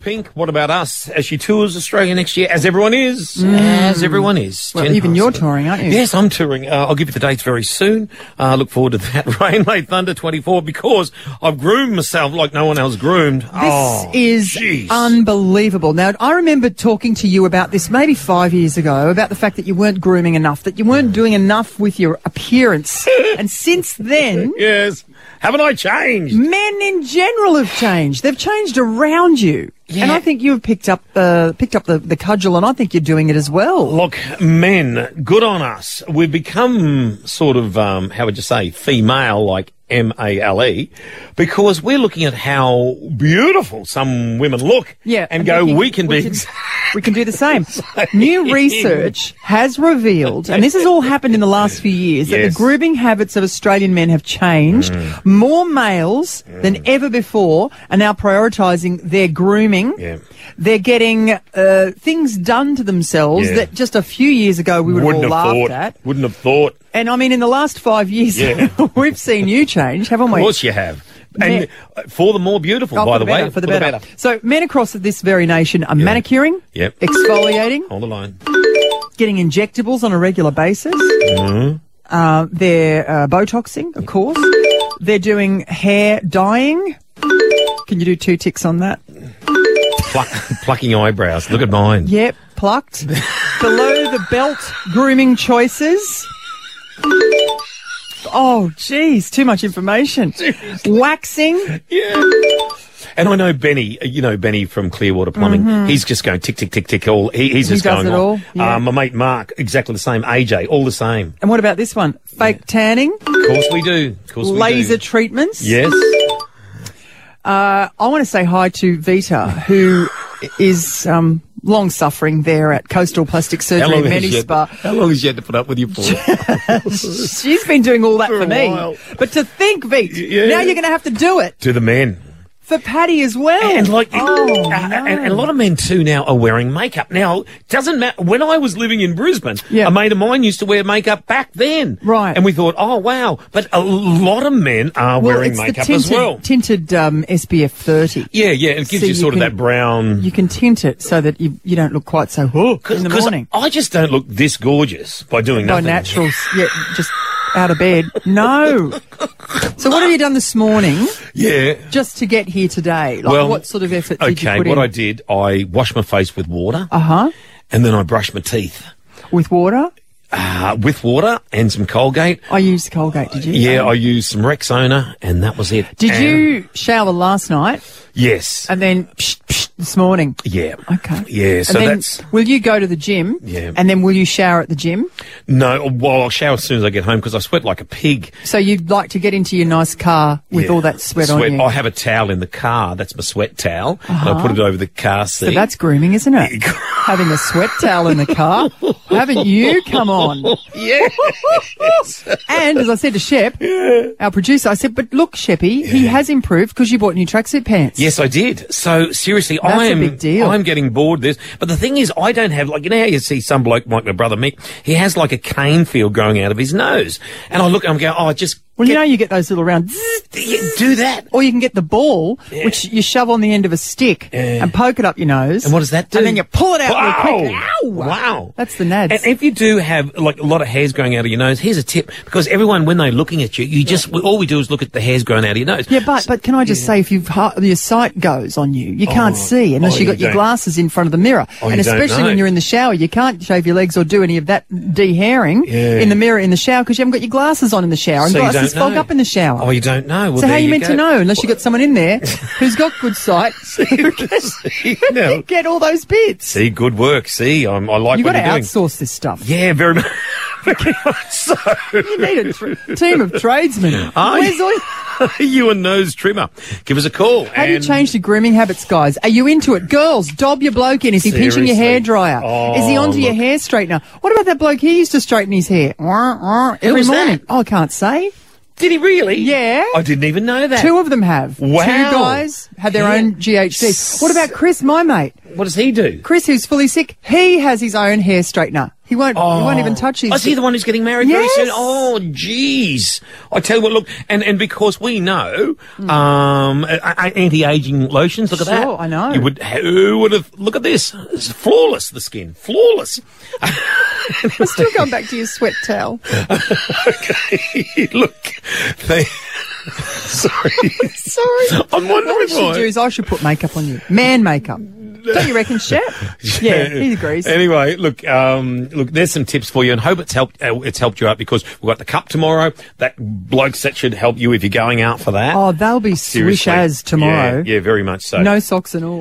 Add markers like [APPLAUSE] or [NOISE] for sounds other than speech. Pink, what about us? As she tours Australia next year, as everyone is, as everyone is. Mm. Well, Jen even you're Parsons. touring, aren't you? Yes, I'm touring. Uh, I'll give you the dates very soon. Uh, look forward to that. [LAUGHS] Rain, late thunder, 24, because I've groomed myself like no one else groomed. This oh, is jeez. unbelievable. Now, I remember talking to you about this maybe five years ago about the fact that you weren't grooming enough, that you weren't doing enough with your [LAUGHS] appearance. and since then, yes, haven't I changed? men in general have changed. They've changed around you. And Yeah. I think you've picked up the picked up the, the cudgel, and I think you're doing it as well. Look, men, good on us. We've become sort of, um, how would you say, female, like M-A-L-E, E, because we're looking at how beautiful some women look Yeah, and I'm go, thinking we can be... we can do the same. New research has revealed, and this has all happened in the last few years, that Yes. Mm. the grooming habits of Australian men have changed. More males than ever before are now prioritising their grooming. Yeah. They're getting uh, things done to themselves Yeah. that just a few years ago we [LAUGHS] would Wouldn't have have all laughed thought. at. Wouldn't have thought. And I mean, in the last five years, Yeah. [LAUGHS] we've seen you change, haven't we? Of course you have. And uh, for the more beautiful, Oh, by for the, better, way. for the better. So men across this very nation are manicuring, Yep. exfoliating, Hold the line. getting injectables on a regular basis. Uh, they're uh, botoxing, of course. They're doing hair dyeing. Can you do two ticks on that? Pluck, plucking eyebrows. Look at mine. Yep, plucked. Below the belt grooming choices. Oh, geez, too much information. Waxing. Yeah. And I know Benny, you know Benny from Clearwater Plumbing. He's just going tick, tick, tick, tick. All he, he's just Mm-hmm. does going it on. all, yeah. Uh, my mate Mark, exactly the same. AJ, all the same. And what about this one? Fake tanning, Of course we do. Of course laser we do. treatments. Yes. I want to say hi to Vita, who is um, long suffering there at Coastal Plastic Surgery in has Many she had- Spa. how long has she had to put up with you [LAUGHS] for? She's been doing all that for, a me. while. But to think, Vita, yeah. now you're going to have to do it to the men. for Patty as well. And like, oh, uh, no. and, and a lot of men too now are wearing makeup. Now, doesn't matter. When I was living in Brisbane, Yeah. a mate of mine used to wear makeup back then. Right. And we thought, oh wow, but a lot of men are well, wearing it's the makeup tinted, as well. Tinted um, SPF 30. Yeah, yeah. It gives So you you sort can- of that brown. Oh, You can tint it so that you, you don't look quite so hooked in the morning. I just don't look this gorgeous by doing By nothing. naturals, yeah, just out of bed. No. So what have you done this morning Yeah. just to get here today? Like Well, what sort of effort okay, did you put what in? I did, I washed my face with water, uh-huh. and then I brushed my teeth With water? uh, with water and some Colgate. I used Colgate, did you? Um, Yeah, I used some Rexona, and that was it. Did And- you shower last night Yes. and then psh, psh, this morning? yeah. Okay. Yeah, so and then that's Will you go to the gym? Yeah. And then will you shower at the gym? no. Well, I'll shower as soon as I get home because I sweat like a pig. So you'd like to get into your nice car with Yeah. all that sweat, on you. Uh-huh. I have a towel in the car. That's my sweat towel, and I put it over the car seat. so that's grooming, [LAUGHS] isn't it? Having a sweat towel in the car. Haven't you? Come on. yeah. And as I said to Shep, our producer, I said, but look, Sheppy, he has improved because you bought new tracksuit pants. Yes, I did. So seriously, That's a I am. big deal. I'm getting bored. of This, but the thing is, I don't have like you know how you see some bloke like my brother Mick. He has like a cane feel going out of his nose, and I look. I'm going, oh, just Well, you know, you get those little round. zzz, you do that. Or you can get the ball, which you shove on the end of a stick and poke it up your nose. And what does that do? And then you pull it out real quick. Wow. Ow! Wow. That's the nads. And if you do have like a lot of hairs growing out of your nose, here's a tip because everyone when they're looking at you, you just all we do is look at the hairs growing out of your nose. Yeah, but but can I just say, if you've ha- your sight goes on you, you can't see oh, unless you've you got your don't. glasses in front of the mirror, Oh, and you don't especially when know. you're in the shower, you can't shave your legs or do any of that dehairing in the mirror in the shower because you haven't got your glasses on in the shower, and So you glasses don't know. fog up in the shower. Oh, you don't know. Well, so how there are you, you meant go. [LAUGHS] to know unless you've got someone in there who's got good sight [LAUGHS] who can No. get all those bits? See, good work. See, I'm, I like You've got what to you're doing. outsource this stuff. Yeah, very much. very much so. You [LAUGHS] need a tr- team of tradesmen. Aye. Where's [LAUGHS] all- you a nose trimmer? Give us a call. How do you and- change your grooming habits, guys? Are you into it? Girls, dob your bloke in. Is he pinching Seriously. your hair dryer? Oh, Is he onto your hair straightener? What about that bloke? He used to straighten his hair Wah, wah, every was that? morning. Oh, I can't say. Did he really? Yeah. I didn't even know that. Two of them have. Wow. Two guys had their Yeah. own GHD. What about Chris, my mate? What does he do? Chris, who's fully sick, he has his own hair straightener. He won't. he won't even touch his. Oh. I [LAUGHS] see the one who's getting married very Yes. soon. Oh, jeez. I tell you what, look, and, and because we know um, a- a- anti-aging lotions, look at that. Sure, I know. You would, who would have, look at this. It's flawless, the skin. Flawless. [LAUGHS] We're still going back to your sweat towel. okay, look. They, sorry. Sorry. [LAUGHS] I'm What we wondering should do why. is I should put makeup on you. Man makeup. Don't you [LAUGHS] reckon, Shep? Yeah, he agrees. Anyway, look, um, look, there's some tips for you, and hope it's helped. Uh, it's helped you out because we've got the cup tomorrow. That bloke set should help you if you're going out for that. Oh, they'll be swish Seriously. as tomorrow. Yeah, yeah, very much so. No socks and all.